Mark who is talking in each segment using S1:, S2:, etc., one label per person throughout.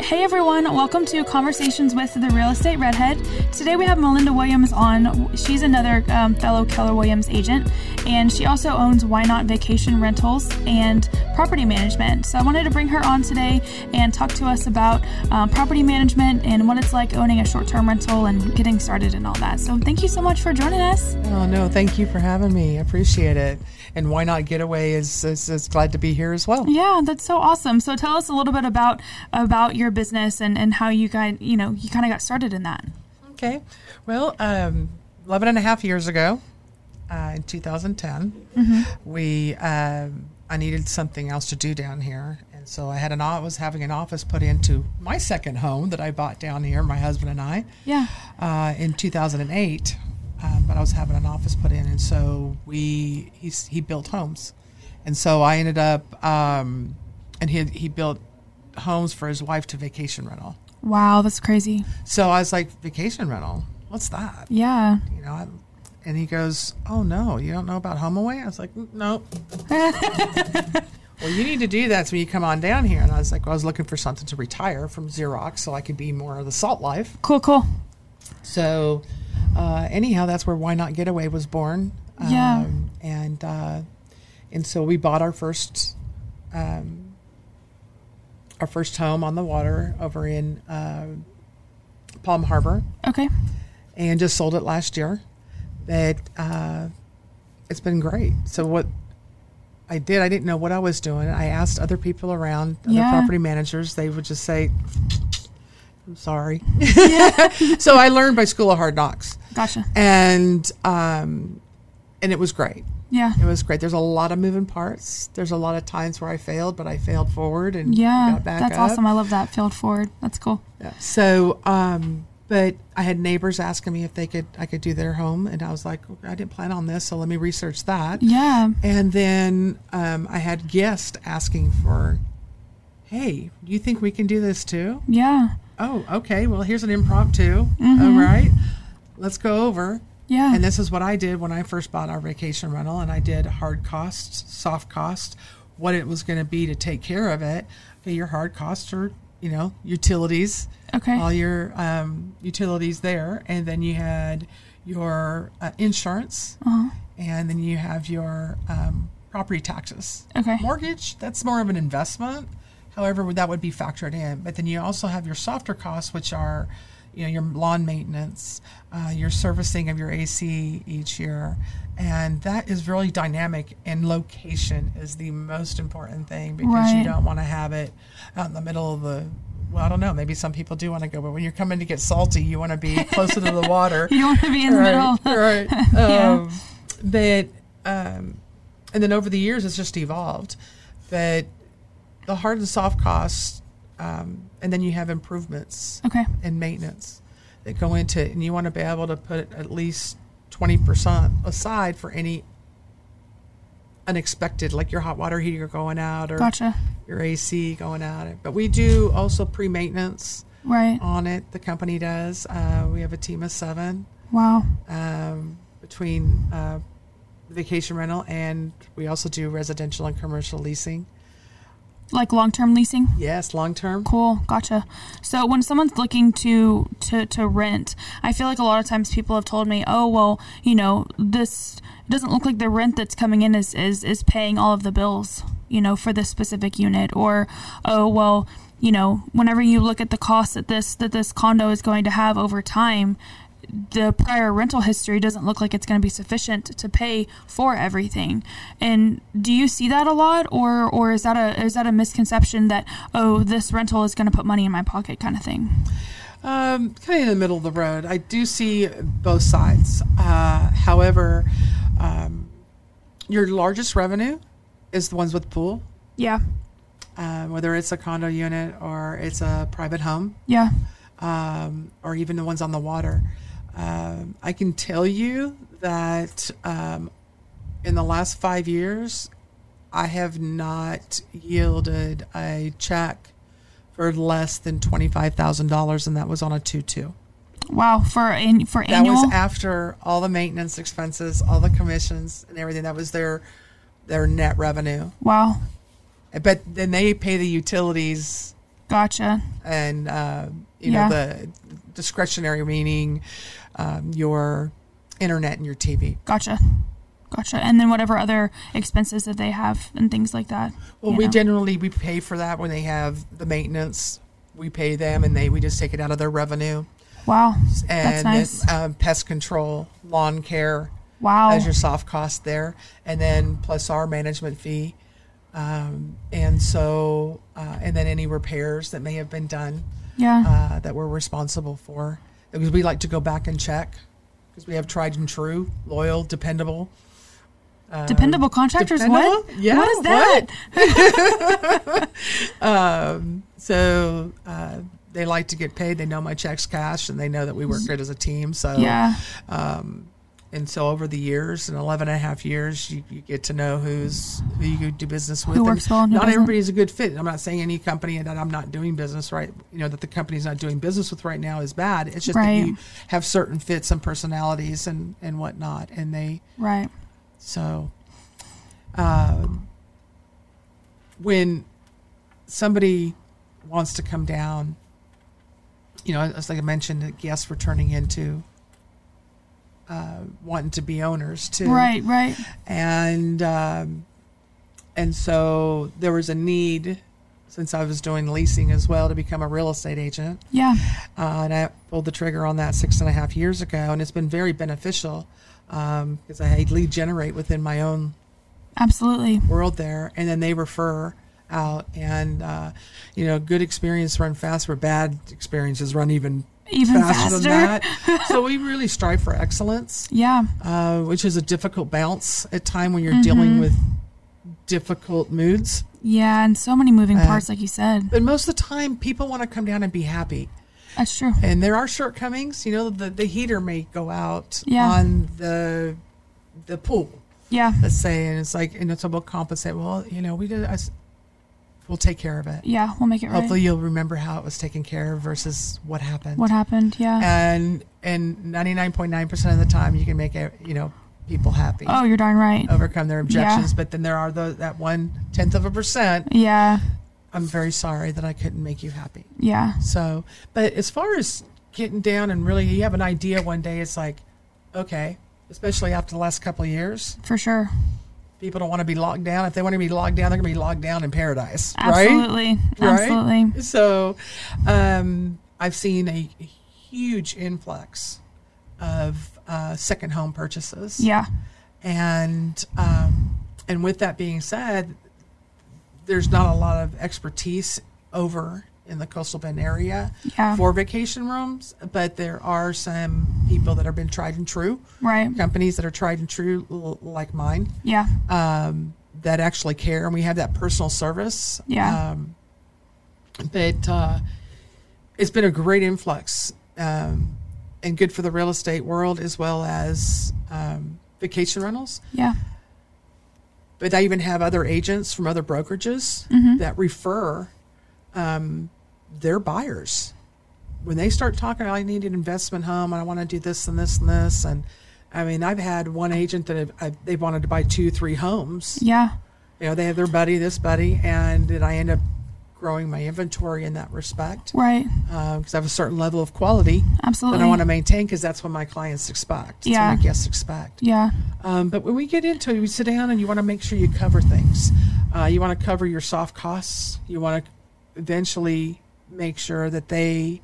S1: Hey everyone, welcome to Conversations with the Real Estate Redhead. Today we have Melinda Williams on. She's another um, fellow Keller Williams agent, and she also owns Why Not Vacation Rentals and Property Management. So I wanted to bring her on today and talk to us about um, property management and what it's like owning a short term rental and getting started and all that. So thank you so much for joining us.
S2: Oh no, thank you for having me. Appreciate it. And why not getaway is is, is glad to be here as well.
S1: Yeah, that's so awesome. So tell us a little bit about about your business and and how you guys you know you kind of got started in that.
S2: Okay. Well, um, 11 and a half years ago, uh, in 2010, we um, I needed something else to do down here, and so I had an o- I was having an office put into my second home that I bought down here, my husband and I.
S1: Yeah.
S2: uh, in 2008, um, but I was having an office put in, and so we he he built homes, and so I ended up um, and he he built homes for his wife to vacation rental.
S1: Wow, that's crazy.
S2: So I was like, vacation rental, what's that?
S1: Yeah.
S2: You know. i and he goes, "Oh no, you don't know about home away?" I was like, "Mm, "No." well, you need to do that so when you come on down here. And I was like, well, "I was looking for something to retire from Xerox so I could be more of the salt life."
S1: Cool, cool.
S2: So, uh, anyhow, that's where Why Not Getaway was born.
S1: Yeah.
S2: Um, and uh, and so we bought our first um, our first home on the water over in uh, Palm Harbor,
S1: Okay.
S2: and just sold it last year. But uh, it's been great. So what I did, I didn't know what I was doing. I asked other people around, other
S1: Yeah.
S2: property managers. They would just say, "I'm sorry." so I learned by School of Hard Knocks,
S1: Gotcha.
S2: and um, and it was great.
S1: Yeah.
S2: It was great. There's a lot of moving parts. There's a lot of times where I failed, but I failed forward and
S1: Yeah.
S2: got back
S1: That's
S2: up.
S1: awesome. I love that. Field forward. That's cool.
S2: Yeah. So, um, but I had neighbors asking me if they could I could do their home, and I was like, I didn't plan on this, so let me research that.
S1: Yeah.
S2: And then um, I had guests asking for, hey, do you think we can do this too?
S1: Yeah.
S2: Oh, okay. Well, here's an impromptu.
S1: Mm-hmm.
S2: All right, let's go over.
S1: Yeah.
S2: And this is what I did when I first bought our vacation rental, and I did hard costs, soft costs, what it was going to be to take care of it. Okay, your hard costs are, you know, utilities, Uh,
S1: Okay.
S2: all your um, utilities there, and then you had your uh, insurance,
S1: Uh-huh.
S2: and then you have your um, property taxes.
S1: Okay.
S2: mortgage that's more of an investment. However, that would be factored in. But then you also have your softer costs, which are, you know, your lawn maintenance, uh, your servicing of your AC each year, and that is really dynamic. And location is the most important thing because
S1: Right.
S2: you don't want to have it out in the middle of the. Well, I don't know. Maybe some people do want to go, but when you're coming to get salty, you want to be closer to the water
S1: You don't want to be in the middle.
S2: right.
S1: Yeah.
S2: Um, But um, and then over the years, it's just evolved. But the hard and soft costs, um, and then you have improvements
S1: Okay.
S2: and maintenance that go into, it, and you want to be able to put at least twenty percent aside for any unexpected, like your hot water heater going out or
S1: Gotcha.
S2: your AC going out. But we do also pre maintenance
S1: Right.
S2: on it. The company does. Uh, we have a team of seven
S1: Wow.
S2: um, between uh, vacation rental and we also do residential and commercial leasing.
S1: Like long term leasing.
S2: Yes, long term.
S1: Cool. Gotcha. So when someone's looking to, to to rent, I feel like a lot of times people have told me, "Oh, well, you know, this doesn't look like the rent that's coming in is is is paying all of the bills, you know, for this specific unit." Or, "Oh, well, you know, whenever you look at the cost that this that this condo is going to have over time, the prior rental history doesn't look like it's going to be sufficient to pay for everything. And do you see that a lot, or or is that a is that a misconception that oh this rental is going to put money in my pocket kind of thing?
S2: Um, kind of in the middle of the road. I do see both sides. Uh, however, um, your largest revenue is the ones with pool,
S1: Yeah,
S2: uh, whether it's a condo unit or it's a private home.
S1: yeah,
S2: um, or even the ones on the water. Um, I can tell you that um, in the last five years, I have not yielded a check for less than twenty five thousand dollars, and that was on a two two.
S1: wow for an, for
S2: That
S1: annual.
S2: was after all the maintenance expenses, all the commissions, and everything. That was their their net revenue.
S1: wow,
S2: But then they pay the utilities
S1: Gotcha.
S2: and uh, you
S1: Yeah.
S2: know the discretionary meaning um, your internet and your TV.
S1: Gotcha. Gotcha. And then whatever other expenses that they have and things like that.
S2: Well,
S1: you
S2: we
S1: know.
S2: generally we pay for that when they have the maintenance. We pay them, and they we just take it out of their revenue
S1: Wow.
S2: and
S1: nice.
S2: um, pest control, lawn care
S1: Wow.
S2: as your soft cost there, and then plus our management fee. Um, and so, uh, and then any repairs that may have been done.
S1: yeah.
S2: uh, that we're responsible for because we like to go back and check because we have tried and true, loyal, dependable. Uh,
S1: dependable contractors. What?
S2: dependable? Yeah,
S1: What is that?
S2: what? Um, so uh, they like to get paid. They know my checks cash, and they know that we work good as a team. So
S1: Yeah.
S2: Um, and so over the years, in 11 and a half years, you, you get to know who's who you do business with.
S1: Who
S2: And
S1: works well and who
S2: not
S1: doesn't.
S2: everybody's a good fit. I'm not saying any company that I'm not doing business right, you know, that the company's not doing business with right now is bad. It's just
S1: Right.
S2: that you have certain fits and personalities and, and whatnot. And they,
S1: Right.
S2: so um, when somebody wants to come down, you know, as like I mentioned, the guests were turning into uh, wanting to be owners too,
S1: Right. Right.
S2: And um, and so there was a need since I was doing leasing as well to become a real estate agent,
S1: Yeah.
S2: uh, and I pulled the trigger on that six and a half years ago, and it's been very beneficial because I had lead generate within my own
S1: Absolutely.
S2: world there, and then they refer out, and uh, you know, good experience run fast, where bad experiences run even
S1: Even
S2: faster,
S1: faster.
S2: than that. so we really strive for excellence,
S1: Yeah.
S2: uh, which is a difficult balance at time when you're
S1: Mm-hmm.
S2: dealing with difficult moods.
S1: Yeah. And so many
S2: Uh,
S1: moving parts, like you said.
S2: But most of the time, people want to come down and be happy.
S1: That's true.
S2: and there are shortcomings. You know, the, the heater may go out
S1: Yeah.
S2: on the the pool,
S1: Yeah.
S2: let's say, and it's like, and it's about compensate. Well, you know, we did, I s- we'll take care of it.
S1: Yeah. We'll make it right.
S2: Hopefully, you'll remember how it was taken care of versus what happened.
S1: What happened? Yeah.
S2: Uh, And and ninety nine point nine percent of the time, you can make it, you know people happy,
S1: oh, you're darn right.
S2: overcome their objections. But then there are the, that one tenth of a percent.
S1: Yeah.
S2: I'm very sorry that I couldn't make you happy.
S1: Yeah.
S2: So, but as far as getting down and really, you have an idea one day, it's like, okay, especially after the last couple of years,
S1: For sure.
S2: people don't want to be locked down. If they want to be locked down, they're going to be locked down in paradise, right?
S1: Absolutely. Absolutely.
S2: Right? So, um, I've seen a huge influx of uh, second home purchases.
S1: Yeah.
S2: And um, and with that being said, there's not a lot of expertise over in the coastal bend area
S1: Yeah.
S2: for vacation rooms, but there are some people that have been tried and true
S1: Right.
S2: companies that are tried and true l- like mine
S1: Yeah.
S2: um, that actually care, and we have that personal service.
S1: Yeah.
S2: Um, but uh, it's been a great influx um, and good for the real estate world as well as um, vacation rentals.
S1: Yeah.
S2: But I even have other agents from other brokerages that refer um, their buyers. When they start talking, I need an investment home and I want to do this and this and this. And I mean, I've had one agent that have, I, they wanted to buy two, three homes.
S1: Yeah.
S2: You know, they have their buddy, this buddy, and then I end up growing my inventory in that respect
S1: Right.
S2: because I have a certain level of quality that
S1: Absolutely.
S2: I want to maintain because that's what my clients expect. That's
S1: Yeah.
S2: what my guests expect.
S1: yeah.
S2: Um, but when we get into it, we sit down and you want to make sure you cover things. Uh, you want to cover your soft costs. You want to eventually make sure that they,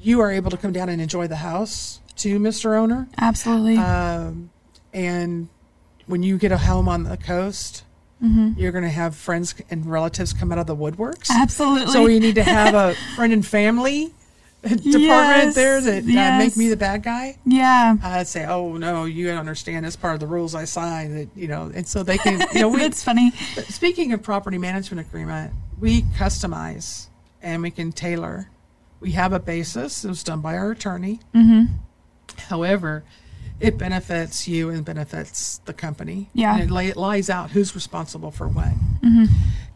S2: you are able to come down and enjoy the house too, Mr. Owner.
S1: Absolutely.
S2: Um, and when you get a home on the coast,
S1: Mm-hmm.
S2: you're going to have friends and relatives come out of the woodworks.
S1: Absolutely.
S2: So you need to have a friend and family department
S1: Yes,
S2: there that uh,
S1: yes.
S2: make me the bad guy.
S1: yeah.
S2: I'd say, oh no, you don't understand. That's part of the rules I signed. That you know, and so they can. You know, we,
S1: That's funny.
S2: speaking of property management agreement, we customize and we can tailor. We have a basis. It was done by our attorney. However, it benefits you and benefits the company.
S1: Yeah.
S2: and it, lay, it lies out who's responsible for what.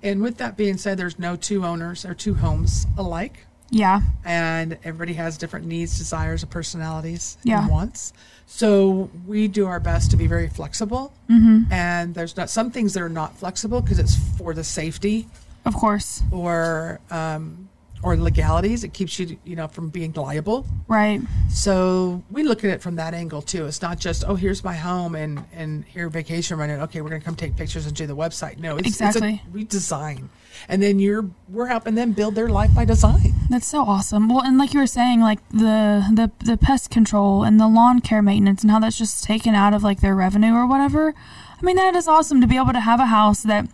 S2: And with that being said, there's no two owners or two homes alike
S1: Yeah.
S2: and everybody has different needs, desires, and personalities
S1: Yeah.
S2: and wants. So we do our best to be very
S1: Mm-hmm.
S2: flexible. And there's not some things that are not flexible because it's for the safety
S1: Of course.
S2: or um, or legalities. It keeps you, you know, from being liable.
S1: Right.
S2: So we look at it from that angle too. It's not just oh, here's my home and and here vacation rented. Okay, we're gonna come take pictures and do the website. No, it's,
S1: Exactly.
S2: It's a, we design, and then you're we're helping them build their life by design.
S1: That's so awesome. Well, and like you were saying, like the the the pest control and the lawn care maintenance and how that's just taken out of like their revenue or whatever. I mean, that is awesome to be able to have a house that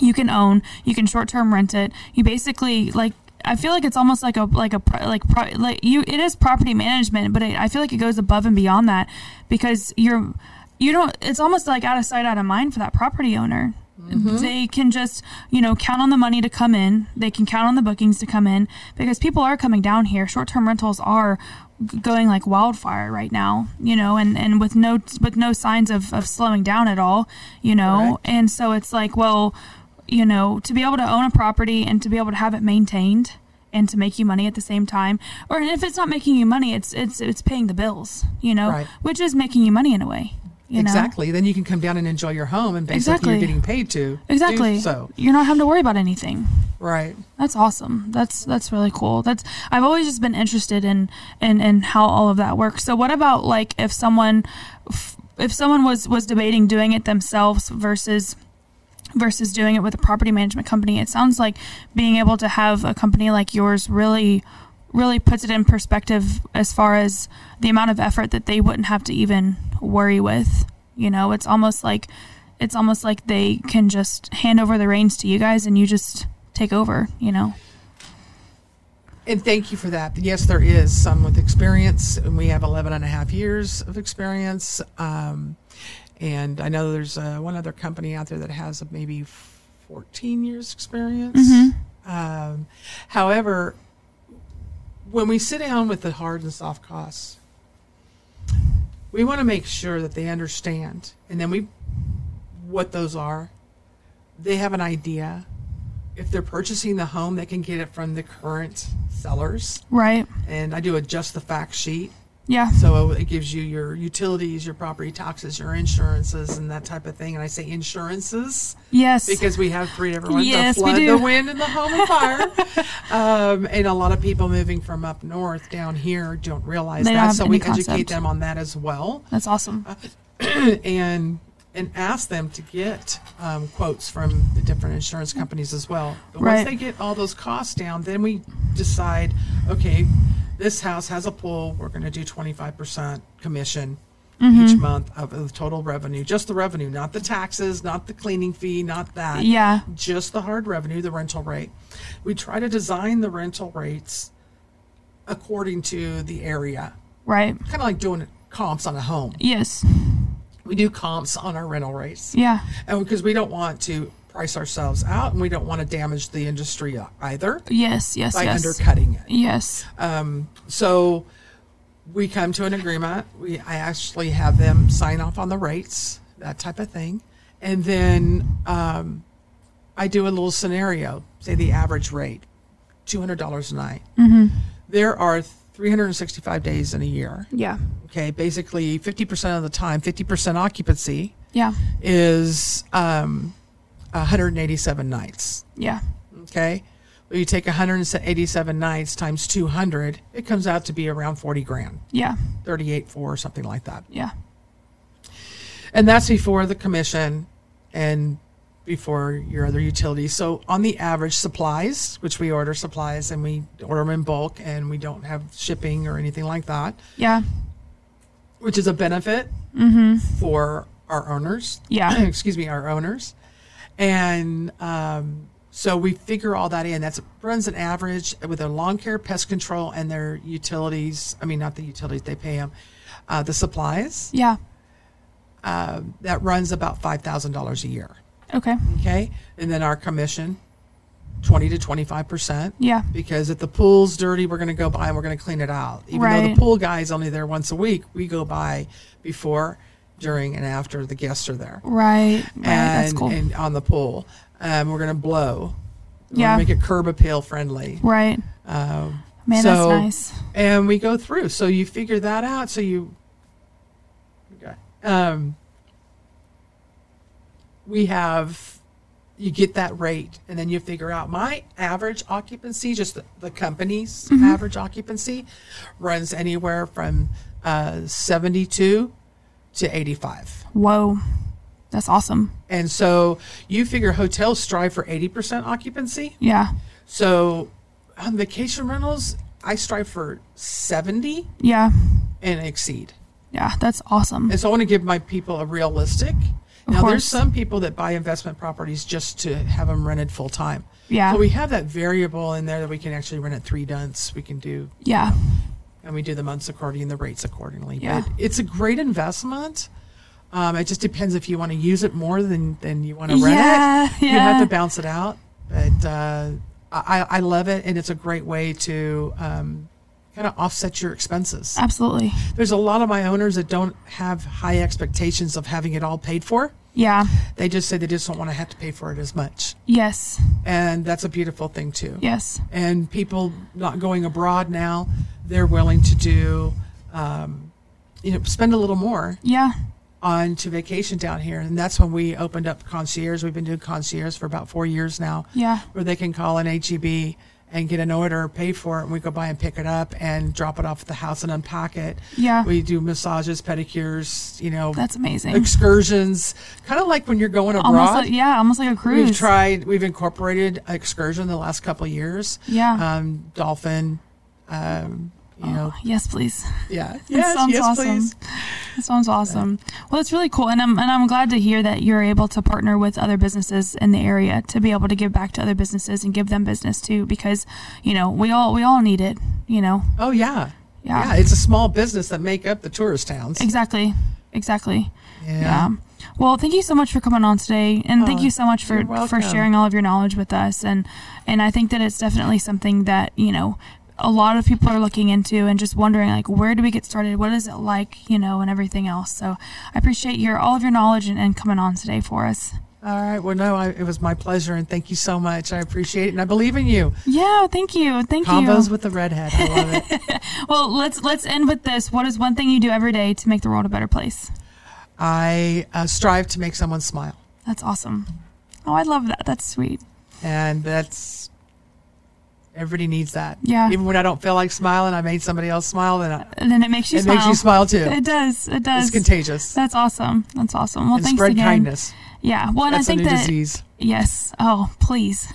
S1: you can own, you can short term rent it. You basically like I feel like it's almost like a like a pro- like pro, like you it is property management, but it, I feel like it goes above and beyond that because you're you don't it's almost like out of sight out of mind for that property owner they can just you know count on the money to come in they can count on the bookings to come in because people are coming down here short-term rentals are g- going like wildfire right now you know and and with no with no signs of, of slowing down at all you know
S2: Correct.
S1: and so it's like well you know to be able to own a property and to be able to have it maintained and to make you money at the same time or if it's not making you money it's it's it's paying the bills you know
S2: Right.
S1: which is making you money in a way you know?
S2: exactly. Then you can come down and enjoy your home, and basically
S1: Exactly.
S2: you're getting paid to
S1: Exactly.
S2: Do so
S1: you're not having to worry about anything.
S2: right.
S1: That's awesome. That's that's really cool. That's I've always just been interested in in in how all of that works. So what about like if someone f- if someone was was debating doing it themselves versus versus doing it with a property management company? It sounds like being able to have a company like yours really really puts it in perspective as far as the amount of effort that they wouldn't have to even worry with. You know, it's almost like it's almost like they can just hand over the reins to you guys and you just take over, you know.
S2: And thank you for that. Yes, there is some with experience, and we have 11 and a half years of experience. Um, and I know there's uh, one other company out there that has maybe 14 years experience. Um, however, when we sit down with the hard and soft costs, we want to make sure that they understand, and then we what those are. They have an idea. If they're purchasing the home, they can get it from the current sellers.
S1: Right.
S2: And I do a just the fact sheet.
S1: Yeah.
S2: So it gives you your utilities, your property taxes, your insurances, and that type of thing. And I say insurances
S1: Yes.
S2: because we have three different ones
S1: Yes,
S2: the
S1: we
S2: flood,
S1: do.
S2: the wind, and the home and fire. um, and a lot of people moving from up north down here don't realize
S1: They don't
S2: that.
S1: have
S2: so
S1: any
S2: we
S1: concept.
S2: educate them on that as well
S1: That's awesome.
S2: and and ask them to get um, quotes from the different insurance companies as well. But
S1: Right.
S2: once they get all those costs down, then we decide, okay, this house has a pool. We're going to do twenty five percent commission
S1: Mm-hmm.
S2: each month of the total revenue, just the revenue, not the taxes, not the cleaning fee, not that
S1: Yeah.
S2: just the hard revenue, the rental rate. We try to design the rental rates according to the area,
S1: Right.
S2: kind of like doing comps on a home.
S1: Yes.
S2: We do comps on our rental rates
S1: Yeah.
S2: and because we don't want to price ourselves out and we don't want to damage the industry either
S1: Yes. Yes.
S2: by
S1: yes.
S2: undercutting it.
S1: Yes.
S2: Um, so we come to an agreement. We I actually have them sign off on the rates, that type of thing, and then um, I do a little scenario. Say the average rate, two hundred dollars a night. There are three hundred and sixty-five days in a year.
S1: Yeah.
S2: Okay, basically fifty percent of the time, fifty percent occupancy
S1: Yeah.
S2: is um, one hundred eighty-seven nights.
S1: Yeah.
S2: Okay. Well, you take 187 nights times 200, it comes out to be around 40 grand,
S1: Yeah.
S2: 38, 4 or something like that.
S1: Yeah.
S2: And that's before the commission and before your other utilities. So on the average supplies, which we order supplies and we order them in bulk and we don't have shipping or anything like that,
S1: Yeah.
S2: which is a benefit for our owners.
S1: Yeah.
S2: excuse me, our owners. And um, so we figure all that in. That's runs an average with their lawn care, pest control, and their utilities. I mean, not the utilities they pay them, uh, the supplies.
S1: Yeah.
S2: Um, that runs about five thousand dollars a year.
S1: Okay.
S2: Okay, and then our commission, twenty to twenty five percent.
S1: Yeah.
S2: Because if the pool's dirty, we're going to go by and we're going to clean it out. Even though
S1: Right.
S2: the pool guy's only there once a week, we go by before, during, and after the guests are there
S1: Right. Right.
S2: and,
S1: That's cool.
S2: and on the pool. Um, we're gonna blow. We're
S1: Yeah.
S2: gonna make it curb appeal friendly.
S1: Right.
S2: Um,
S1: Man, that's nice.
S2: And we go through. So you figure that out. So you. Okay. Um, we have you get that rate and then you figure out my average occupancy just the, the company's average occupancy runs anywhere from uh, 72 to 85
S1: Whoa, that's awesome.
S2: and so you figure hotels strive for 80% occupancy
S1: Yeah,
S2: so on vacation rentals i strive for 70
S1: yeah,
S2: and exceed
S1: yeah. That's awesome.
S2: and so I want to give my people a realistic. Now,
S1: course.
S2: there's some people that buy investment properties just to have them rented full time.
S1: Yeah.
S2: So we have that variable in there that we can actually rent at three months. We can do,
S1: yeah,
S2: and we do the months according and the rates accordingly.
S1: Yeah.
S2: But it's a great investment. Um, it just depends if you want to use it more than, than you want to rent
S1: Yeah,
S2: it. You have
S1: yeah.
S2: to bounce it out. But uh, I, I love it, and it's a great way to um, kind of offset your expenses
S1: absolutely.
S2: there's a lot of my owners that don't have high expectations of having it all paid for.
S1: Yeah.
S2: They just say they just don't want to have to pay for it as much.
S1: Yes.
S2: And that's a beautiful thing too.
S1: Yes.
S2: And people not going abroad now, they're willing to do, um, you know, spend a little more
S1: Yeah.
S2: on to vacation down here. And that's when we opened up concierge. We've been doing concierge for about four years now.
S1: Yeah.
S2: Where they can call an HEB and get an order, pay for it, and we go by and pick it up and drop it off at the house and unpack it.
S1: Yeah.
S2: We do massages, pedicures, you know,
S1: That's amazing.
S2: excursions, kind of like when you're going
S1: Almost
S2: abroad.
S1: like yeah, almost like a cruise.
S2: We've tried, we've incorporated excursion the last couple of years.
S1: Yeah.
S2: Um, dolphin, um, you know,
S1: Yes, please. Oh.
S2: yeah.
S1: That
S2: Yes,
S1: sounds
S2: yes,
S1: awesome.
S2: please.
S1: That sounds awesome. Well, it's really cool, and I'm and I'm glad to hear that you're able to partner with other businesses in the area to be able to give back to other businesses and give them business too, because you know we all we all need it. You know,
S2: Oh, yeah.
S1: Yeah.
S2: it's a small business that make up the tourist towns.
S1: exactly, exactly.
S2: Yeah.
S1: Well, thank you so much for coming on today, and thank
S2: Oh,
S1: you so much for
S2: you're
S1: for
S2: welcome.
S1: sharing all of your knowledge with us. and And I think that it's definitely something that you know a lot of people are looking into and just wondering like where do we get started what is it like you know and everything else so i appreciate your all of your knowledge and, and coming on today for us
S2: All right. Well, no, I, it was my pleasure, and thank you so much. I appreciate it, and I believe in you.
S1: Yeah, thank you. Thank
S2: Combos
S1: you.
S2: with the redhead. I love it.
S1: well, let's let's end with this. What is one thing you do every day to make the world a better place?
S2: I uh, strive to make someone smile,
S1: That's awesome. Oh, I love that. That's sweet.
S2: and that's everybody needs that.
S1: Yeah.
S2: Even when I don't feel like smiling, I made somebody else smile, and I,
S1: And then it makes you
S2: it
S1: smile.
S2: makes you smile too.
S1: It does. It does.
S2: it's contagious.
S1: That's awesome. That's awesome. Well,
S2: and
S1: thanks
S2: spread
S1: again.
S2: kindness.
S1: Yeah. Well, and I
S2: That's
S1: think
S2: a new
S1: that
S2: disease.
S1: yes. Oh, please.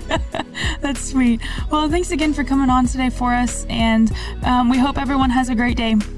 S1: That's sweet. Well, thanks again for coming on today for us, and um, we hope everyone has a great day.